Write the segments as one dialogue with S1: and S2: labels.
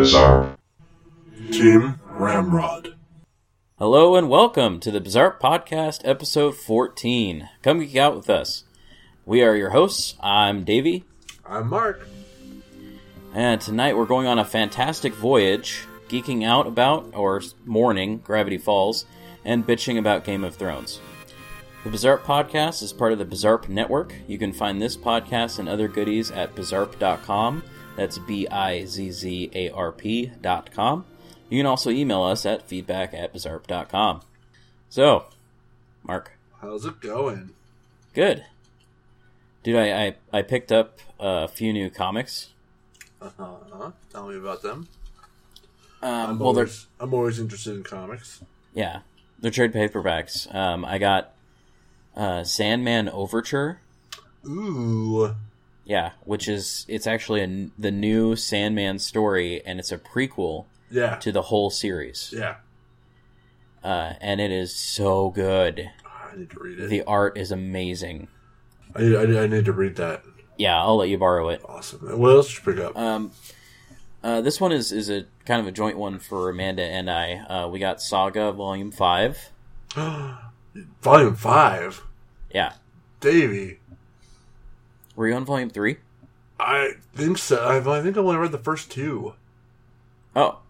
S1: Bizarre. Team Ramrod.
S2: Hello and welcome to the Bizarre Podcast, episode 14. Come geek out with us. We are your hosts. I'm Davey,
S1: I'm Mark.
S2: and tonight we're going on a fantastic voyage, geeking out about, or mourning, Gravity Falls, and bitching about Game of Thrones. The Bizarre Podcast is part of the Bizarre Network. You can find this podcast and other goodies at bizarre.com. That's B I Z Z A R P.com. You can also email us at feedback at bizarre.com. So, Mark.
S1: How's it going?
S2: Good. Dude, I, I, I picked up a few new comics.
S1: Uh-huh. Tell me about them.
S2: Um,
S1: I'm,
S2: well, they're
S1: always, I'm always interested in comics.
S2: yeah, they're trade paperbacks. Um, I got uh, Sandman Overture.
S1: Ooh.
S2: Yeah, which is it's actually a n the new Sandman story, and it's a prequel
S1: Yeah.
S2: to the whole series.
S1: Yeah.
S2: Uh, and it is so good.
S1: I need to read it.
S2: The art is amazing.
S1: I, I, I need to read that.
S2: Yeah, I'll let you borrow it.
S1: Awesome. And What else did you pick up?
S2: Um, uh, this one is, is a kind of a joint one for Amanda and I. Uh, we got Saga Volume Five.
S1: Volume 5.
S2: Yeah.
S1: Davey.
S2: Were you on volume three?
S1: I think so. I've, I think I only read the first two.
S2: Oh,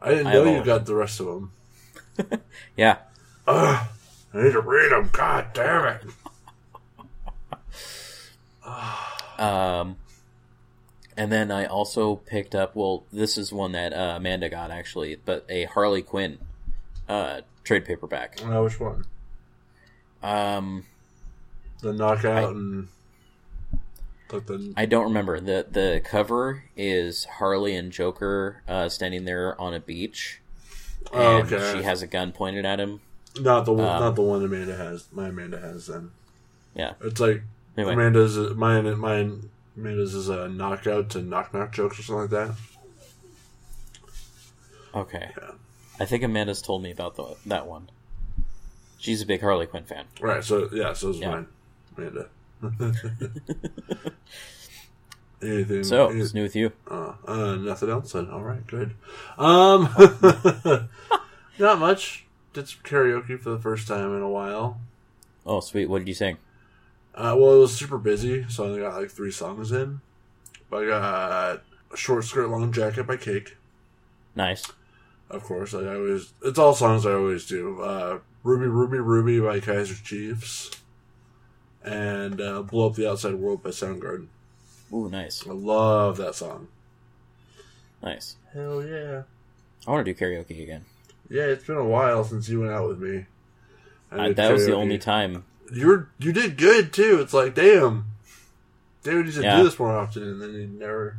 S1: I didn't
S2: I
S1: know
S2: have all
S1: you
S2: of
S1: got the rest of them.
S2: yeah.
S1: Ugh. I need to read them. God damn it. Uh,
S2: Um, and then I also picked up. Well, this is one that uh, Amanda got actually, but a Harley Quinn uh, trade paperback.
S1: Uh, which one?
S2: Um,
S1: The knockout and like the
S2: I don't remember the the cover is Harley and Joker uh, standing there on a beach,
S1: Oh,
S2: and
S1: okay.
S2: she um, has a gun pointed at him.
S1: not the one not the one Amanda has. My Amanda has then.
S2: Yeah.
S1: It's like
S2: Anyway.
S1: Amanda's mine and mine Amanda's is a knockout to knock knock jokes or something like that.
S2: Okay.
S1: Yeah.
S2: I think Amanda's told me about the, that one. She's a big Harley Quinn fan.
S1: Right. So yeah. So is
S2: Yeah.
S1: mine, Amanda. Anything?
S2: So,
S1: any-
S2: what's new with you?
S1: uh, uh, nothing else. Then all right, good. Um, not much. Did some karaoke for the first time in a while.
S2: Oh, sweet. What did you sing?
S1: Uh, well, it was super busy, so I only got like three songs in. But I got "Short Skirt, Long Jacket" by Cake,
S2: Nice.
S1: of course. I always it's all songs I always do. Uh, "Ruby, Ruby, Ruby" by Kaiser Chiefs, and uh, "Blow Up the Outside World" by Soundgarden.
S2: Ooh, nice.
S1: I love that song.
S2: Nice.
S1: Hell yeah!
S2: I want to do karaoke again.
S1: Yeah, it's been a while since you went out with me. I
S2: Uh,
S1: did
S2: that was the
S1: karaoke.
S2: only time.
S1: you were you did good too. It's like damn, David needs to
S2: Yeah.
S1: do this more often, and then he never,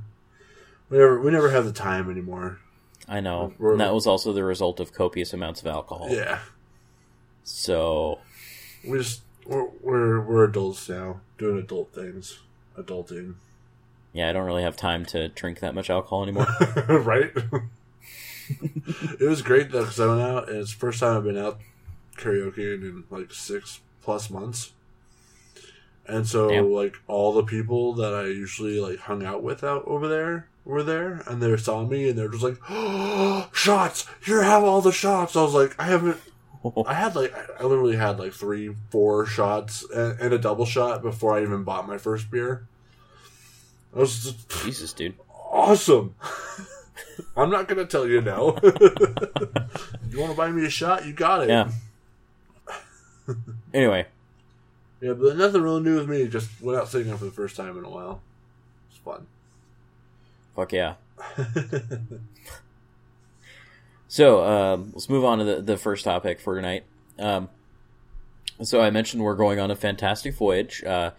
S1: we never we never have the time anymore.
S2: I know.
S1: We're-
S2: And that was also the result of copious amounts of alcohol.
S1: Yeah,
S2: So,
S1: we just we're we're, we're adults now, doing adult things, adulting,
S2: yeah, I don't really have time to drink that much alcohol anymore.
S1: right? it was great though because I went out, and it's the first time I've been out karaokeing in like six plus months. And so,
S2: Damn.
S1: like all the people that I usually like hung out with out over there were there, and they saw me, and they're just like, "Shots! Here, have all the shots." I was like, "I haven't." I had like I literally had like three, four shots and, and a double shot before I even bought my first beer. I was just,
S2: Jesus, dude.
S1: awesome. I'm not gonna tell you no. you want to buy me a shot? You got it.
S2: Yeah. Anyway,
S1: Yeah, but nothing really new with me. Just went out singing for the first time in a while. It's fun.
S2: fuck yeah. So um, let's move on to the, the first topic for tonight. Um, so I mentioned we're going on a fantastic voyage. Uh,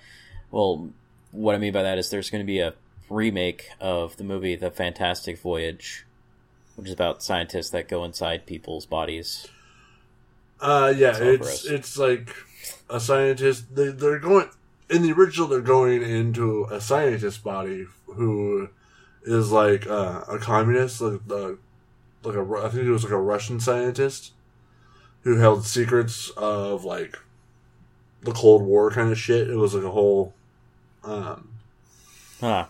S2: well, what I mean by that is there's going to be a remake of the movie The Fantastic Voyage, which is about scientists that go inside people's bodies.
S1: uh, yeah,
S2: It's all
S1: it's
S2: gross.
S1: it's like a scientist. They they're going in the original. They're going into a scientist body who is like uh, a communist, like uh, like a Ru- I think it was like a Russian scientist who held secrets of like the Cold War kind of shit. It was like a whole um,
S2: Huh.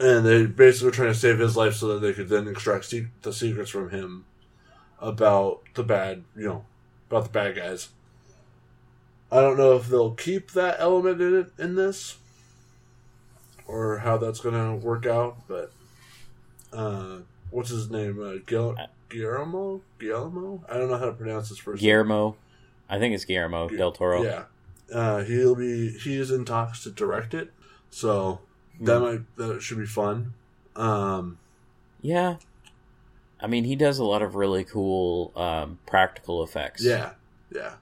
S1: and they basically were trying to save his life so that they could then extract se- the secrets from him about the bad, you know, about the bad guys. I don't know if they'll keep that element in it in this, or how that's going to work out. But uh, what's his name? Uh, Gil- Guillermo? Guillermo? I don't know how to pronounce his first name.
S2: Guillermo, I think it's Guillermo
S1: Gu-
S2: del Toro.
S1: Yeah, uh, he'll be he is in talks to direct it, so that might that should be fun. Um,
S2: Yeah. I mean, he does a lot of really cool um, practical effects.
S1: yeah, yeah,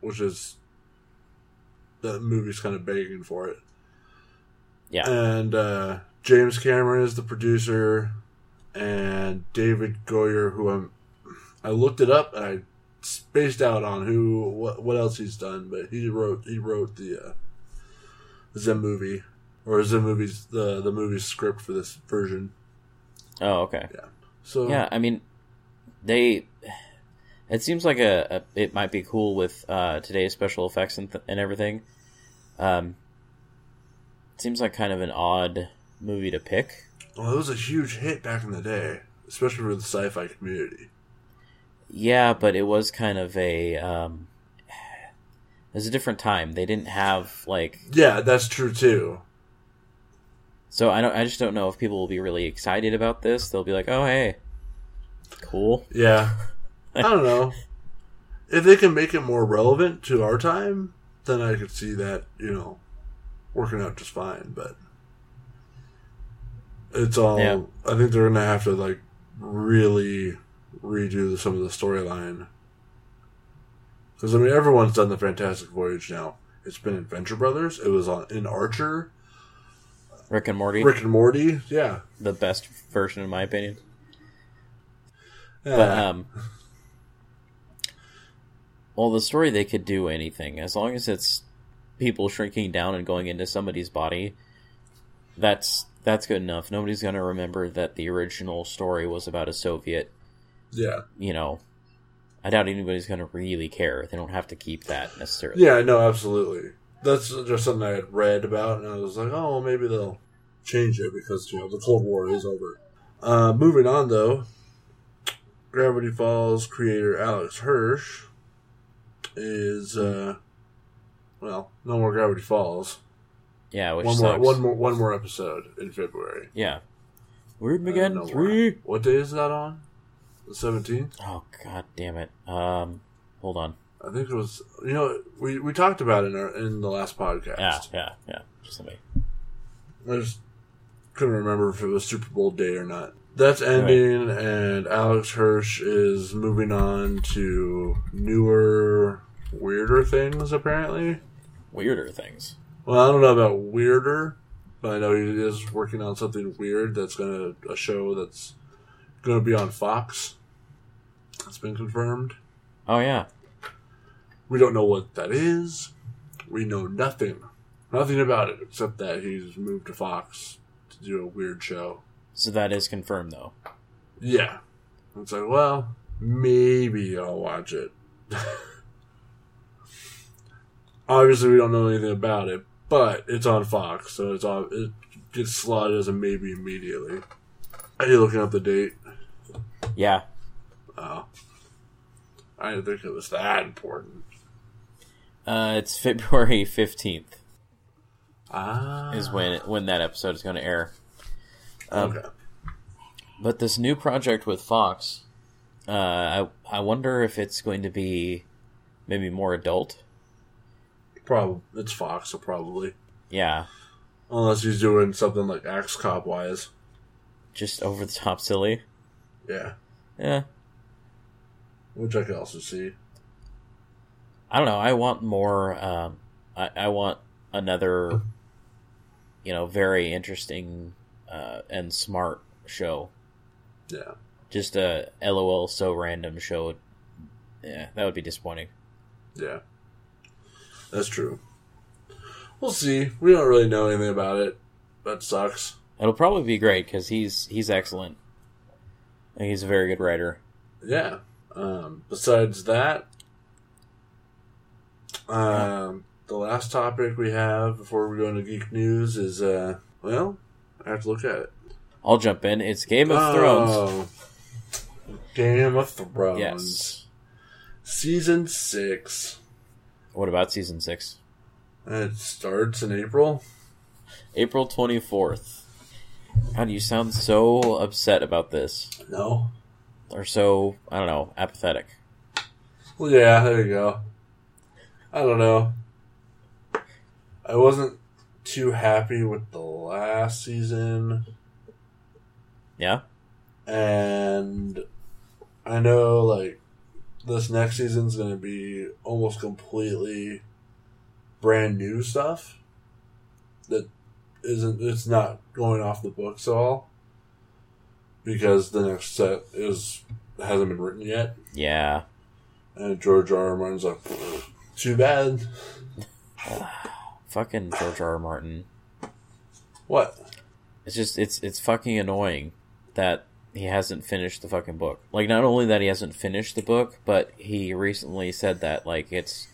S1: which is the movie's kind of begging for it.
S2: Yeah.
S1: and uh, James Cameron is the producer, and David Goyer, who I'm I looked it up and I spaced out on who what what else he's done, but he wrote he wrote the uh, Zim movie or Zim movies the the movie script for this version.
S2: Oh, okay.
S1: So
S2: Yeah, I mean, they. It seems like a, a it might be cool with uh, today's special effects and, th- and everything. Um, it seems like kind of an odd movie to pick.
S1: well, it was a huge hit back in the day, especially for the sci-fi community.
S2: Yeah, but it was kind of a. Um, it was a different time. They didn't have like
S1: Yeah, that's true too.
S2: so. I don't. I just don't know if people will be really excited about this. They'll be like, "Oh, hey, cool."
S1: Yeah. I don't know. If they can make it more relevant to our time, then I could see that, you know, working out just fine, but it's all
S2: Yeah.
S1: I think they're gonna have to like really redo some of the storyline. Because I mean, everyone's done the Fantastic Voyage now. It's been Adventure Brothers. It was on in Archer,
S2: Rick and Morty,
S1: Rick and Morty. Yeah,
S2: the best version in my opinion.
S1: yeah.
S2: But um, well, the story they could do anything as long as it's people shrinking down and going into somebody's body. That's that's good enough. Nobody's gonna remember that the original story was about a Soviet.
S1: yeah,
S2: You know, I doubt anybody's gonna really care. They don't have to keep that necessarily.
S1: Yeah, no, absolutely. That's just something I had read about, and I was like, oh, well, maybe they'll change it because you know the Cold War is over. Uh, moving on, though, Gravity Falls creator Alex Hirsch is, uh, well, no more Gravity Falls.
S2: Yeah, which
S1: One more,
S2: sucks.
S1: one more, one more episode in February.
S2: Yeah, Weird
S1: Uh, no
S2: Mageddon
S1: more.
S2: three.
S1: What day is that on? The seventeenth.
S2: Oh god damn it. Um, hold on.
S1: I think it was. You know, we, we talked about it in our in the last podcast.
S2: Yeah, yeah, yeah. Just let me.
S1: I just couldn't remember if it was Super Bowl day or not. That's ending, and Alex Hirsch is moving on to newer, weirder things, apparently.
S2: Weirder things.
S1: Well, I don't know about weirder, but I know he is working on something weird that's going to, a show that's going to be on Fox. That's been confirmed.
S2: Oh yeah.
S1: We don't know what that is. We know nothing. Nothing about it except that he's moved to Fox to do a weird show.
S2: So that is confirmed, though.
S1: Yeah. It's like, well, maybe I'll watch it. Obviously, we don't know anything about it, but it's on Fox, so it's on. It gets slotted as a maybe immediately. Are you looking up the date?
S2: Yeah.
S1: Oh, I didn't think it was that important.
S2: Uh, it's February 15th
S1: Ah,
S2: is when when that episode is going to air. Um,
S1: okay.
S2: But this new project with Fox, uh, I, I wonder if it's going to be maybe more adult.
S1: Probably it's Fox, so probably
S2: Yeah.
S1: unless he's doing something like Axe Cop wise.
S2: Just over the top silly. Eh.
S1: Yeah,
S2: Yeah.
S1: which I could also see.
S2: I don't know. I want more. Um, I, I want another, you know, very interesting uh, and smart show.
S1: Yeah.
S2: Just a LOL so random show. Yeah, that would be disappointing.
S1: Yeah. That's true. We'll see. We don't really know anything about it. That sucks.
S2: It'll probably be great because he's he's excellent. And he's a very good writer.
S1: Yeah. Um, besides that, um, the last topic we have before we go into geek news is uh, well, I have to look at it.
S2: I'll jump in. It's Game of Thrones.
S1: Oh. Game of Thrones.
S2: Yes.
S1: Season six.
S2: What about season six?
S1: It starts in April.
S2: April 24th. God, you sound so upset about this.
S1: No.
S2: Or so, I don't know, apathetic.
S1: Well, yeah, there you go. I don't know. I wasn't too happy with the last season,
S2: Yeah?
S1: and I know like this next season's gonna be almost completely brand new stuff that isn't it's not going off the books at all because the next set is hasn't been written yet
S2: Yeah.
S1: and George R. R. Martin's like too bad
S2: Fucking George R. R. Martin.
S1: what
S2: It's just, it's, it's fucking annoying that he hasn't finished the fucking book. Like, not only that he hasn't finished the book, but he recently said that, like, it's,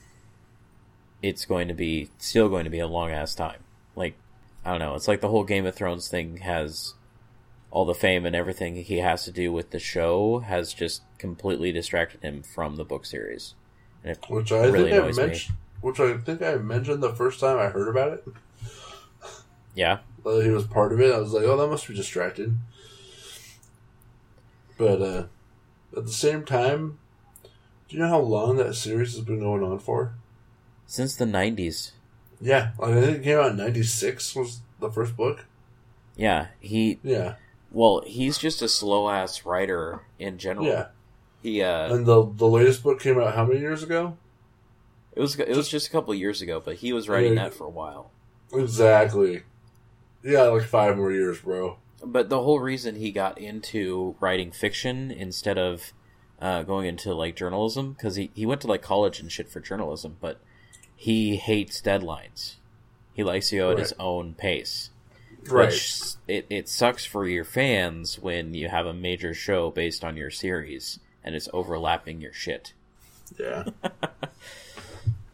S2: it's going to be, still going to be a long ass time. Like, I don't know. It's like the whole Game of Thrones thing has all the fame and everything he has to do with the show has just completely distracted him from the book series. And it
S1: Which I
S2: really
S1: think I
S2: annoys me.
S1: mentioned. Which I think I mentioned the first time I heard about it.
S2: Yeah.
S1: That he was part of it. I was like, oh, that must be distracted. But uh, at the same time, do you know how long that series has been going on for?
S2: Since the 90s.
S1: Yeah, like I think it came out in '96 was the first book.
S2: Yeah. He,
S1: Yeah,
S2: well, he's just a slow ass writer in general.
S1: yeah.
S2: He, uh,
S1: And the the latest book came out how many years ago?
S2: it was, it was just a couple years ago, but he was writing
S1: Yeah.
S2: that for a while.
S1: Exactly. Yeah, like five more years, bro.
S2: But the whole reason he got into writing fiction instead of uh, going into like journalism, because he, he went to like college and shit for journalism, but he hates deadlines. He likes to go at his
S1: Right.
S2: own pace.
S1: Right.
S2: Which it, it sucks for your fans when you have a major show based on your series and it's overlapping your shit.
S1: Yeah.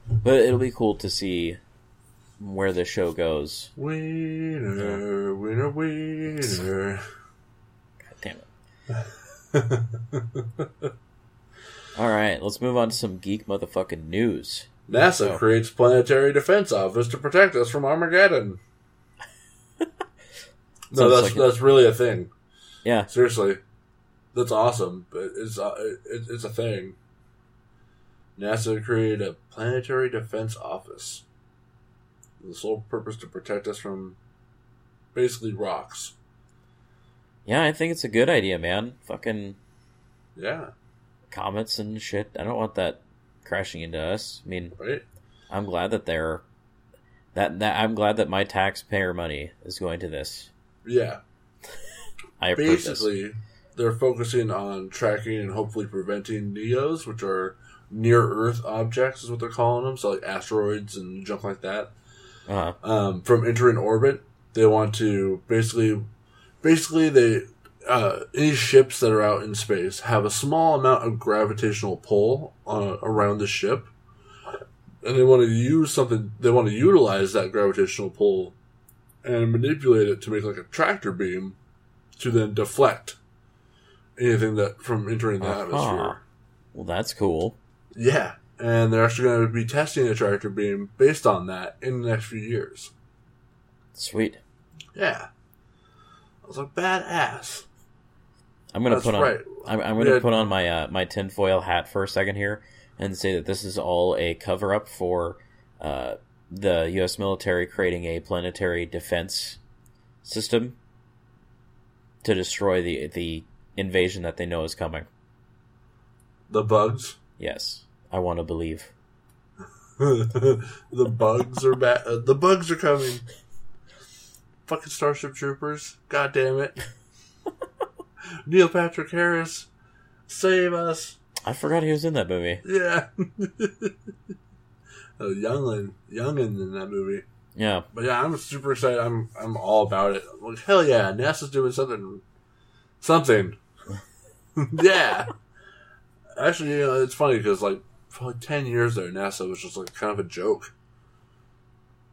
S2: But it'll be cool to see where the show goes.
S1: Wiener, wiener, wiener.
S2: God damn it. All right, let's move on to some geek motherfucking news.
S1: NASA
S2: Oh.
S1: creates planetary defense office to protect us from Armageddon. no,
S2: Sounds
S1: that's
S2: like it.
S1: that's really a thing.
S2: Yeah,
S1: Seriously, that's awesome. But it's uh, it, it's a thing. NASA created a planetary defense office. The sole purpose to protect us from basically rocks.
S2: yeah, I think it's a good idea, man. Fucking
S1: Yeah,
S2: comets and shit. I don't want that crashing into us. I mean,
S1: right.
S2: I'm glad that they're that that I'm glad that my taxpayer money is going to this.
S1: Yeah,
S2: I approve this.
S1: basically they're focusing on tracking and hopefully preventing neos which are near earth objects is what they're calling them so like asteroids and junk like that
S2: Uh,
S1: um, from entering orbit they want to basically basically they uh, any ships that are out in space have a small amount of gravitational pull uh, around the ship and they want to use something they want to utilize that gravitational pull and manipulate it to make like a tractor beam to then deflect anything that from entering the
S2: Uh-huh.
S1: atmosphere
S2: well, that's cool.
S1: yeah and they're actually going to be testing a tractor beam based on that in the next few years
S2: Sweet.
S1: yeah i was like badass
S2: I'm gonna
S1: That's
S2: put on.
S1: right.
S2: I'm, I'm gonna
S1: Yeah.
S2: put on my uh, my tinfoil hat for a second here and say that this is all a cover up for uh, the U.S. military creating a planetary defense system to destroy the the invasion that they know is coming.
S1: the bugs
S2: Yes, I want to believe.
S1: the bugs are back. Uh, the bugs are coming. Fucking Starship Troopers. God damn it. Neil Patrick Harris. Save us.
S2: I forgot he was in that movie.
S1: Yeah. a youngin. Youngin in that movie.
S2: Yeah,
S1: But yeah, I'm super excited. I'm I'm all about it. I'm like, hell yeah, NASA's doing something something. yeah. Actually, you know, it's funny because like for like ten years there, NASA was just like kind of a joke,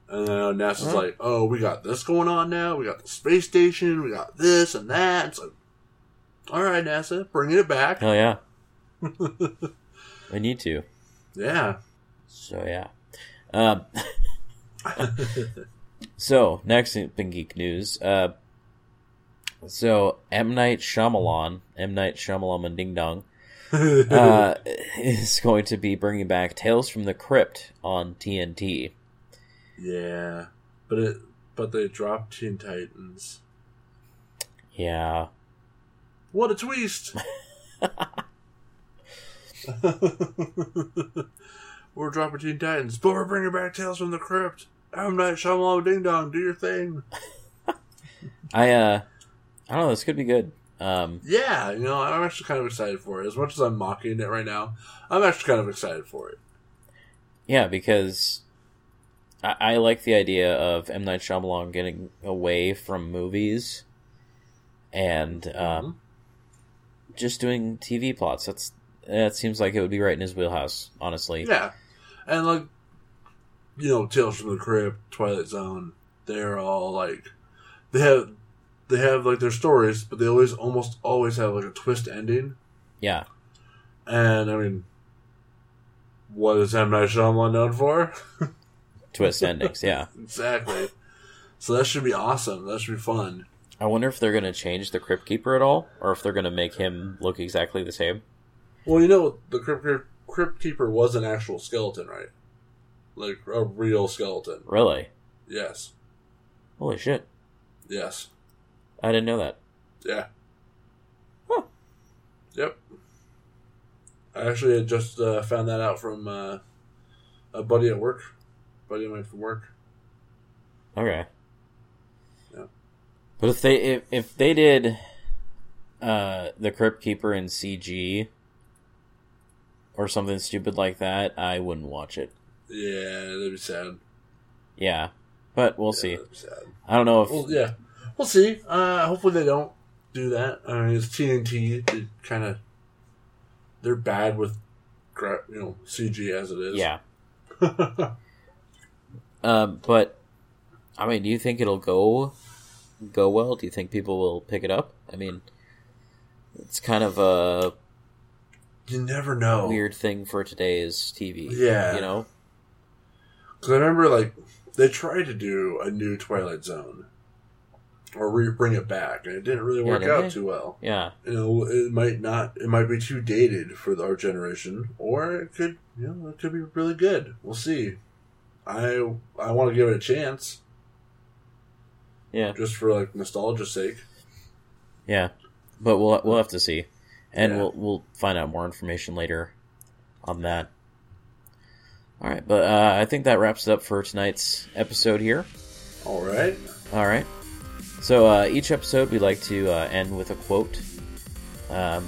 S1: And then NASA's like, oh, we got this going on now. We got the space station. We got this and that. It's like, all right, NASA, bringing it back.
S2: Hell yeah. I need to.
S1: Yeah.
S2: So yeah. Um, so next in in geek news. Uh, so M Night Shyamalan, M Night Shyamalan Ding Dong, uh, is going to be bringing back Tales from the Crypt on TNT.
S1: yeah. But it, but they dropped Teen Titans.
S2: Yeah,
S1: What a twist! we're dropping Teen Titans, but we're bringing back Tales from the Crypt. I'm Night Shyamalan Ding Dong, do your thing.
S2: I uh, I don't know. This could be good. Um,
S1: Yeah, you know, I'm actually kind of excited for it. As much as I'm mocking it right now, I'm actually kind of excited for it.
S2: yeah, because I, I like the idea of M Night Shyamalan getting away from movies and um,
S1: Mm-hmm.
S2: just doing TV plots. That's that seems like it would be right in his wheelhouse. Honestly,
S1: Mm-hmm. Yeah. And, like, you know, Tales from the Crypt, Twilight Zone, they're all, like, they have. They have like their stories, but they always almost always have like a twist ending.
S2: yeah.
S1: And I mean, what is M Night Shyamalan known for?
S2: twist endings. Yeah,
S1: exactly. So that should be awesome. That should be fun.
S2: I wonder if they're going to change the Crypt Keeper at all, or if they're going to make him look exactly the same.
S1: Well, you know, the Crypt, Keep- Crypt Keeper was an actual skeleton, right? Like a real skeleton.
S2: Really?
S1: Yes.
S2: Holy shit!
S1: Yes.
S2: I didn't know that.
S1: Yeah.
S2: Huh.
S1: Yep. I actually had just uh, found that out from uh, a buddy at work. buddy of mine from work.
S2: Okay.
S1: Yeah.
S2: But if they if, if they did uh the Crypt Keeper in CG or something stupid like that, I wouldn't watch it.
S1: Yeah, that'd be sad.
S2: Yeah. But we'll see.
S1: Yeah, that'd be sad.
S2: I don't know if
S1: Well, yeah, we'll see. Uh, hopefully they don't do that. I mean, it's TNT. They kind of they're bad with gra- you know CG as it is.
S2: yeah. Um but I mean, do you think it'll go go well? Do you think people will pick it up? I mean, it's kind of a
S1: you never know.
S2: weird thing for today's TV.
S1: Oh. Yeah.
S2: You know?
S1: Because I remember like they tried to do a new Twilight Zone or re- bring it back, and it didn't really work
S2: didn't
S1: out
S2: they?
S1: too well.
S2: Yeah.
S1: You know, it might not. It might be too dated for our generation, or it could you know it could be really good. We'll see. I I want to give it a chance.
S2: Yeah.
S1: just for like nostalgia's sake.
S2: Yeah, but we'll we'll have to see, and
S1: Yeah.
S2: we'll we'll find out more information later on that. All right, but uh, I think that wraps it up for tonight's episode here.
S1: All right.
S2: All right, so uh, each episode we like to uh, end with a quote. Um,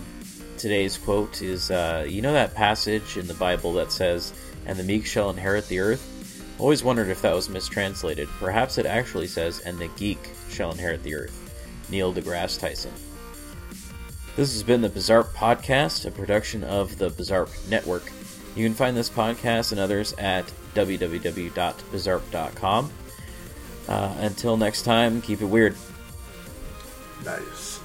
S2: today's quote is, uh, you know, that passage in the Bible that says, "And the meek shall inherit the earth." Always wondered if that was mistranslated. Perhaps it actually says, "And the geek shall inherit the earth." Neil deGrasse Tyson. This has been the Bizarre Podcast, a production of the Bizarre Network. You can find this podcast and others at www.bizarre.com. Uh, until next time, keep it weird.
S1: Nice.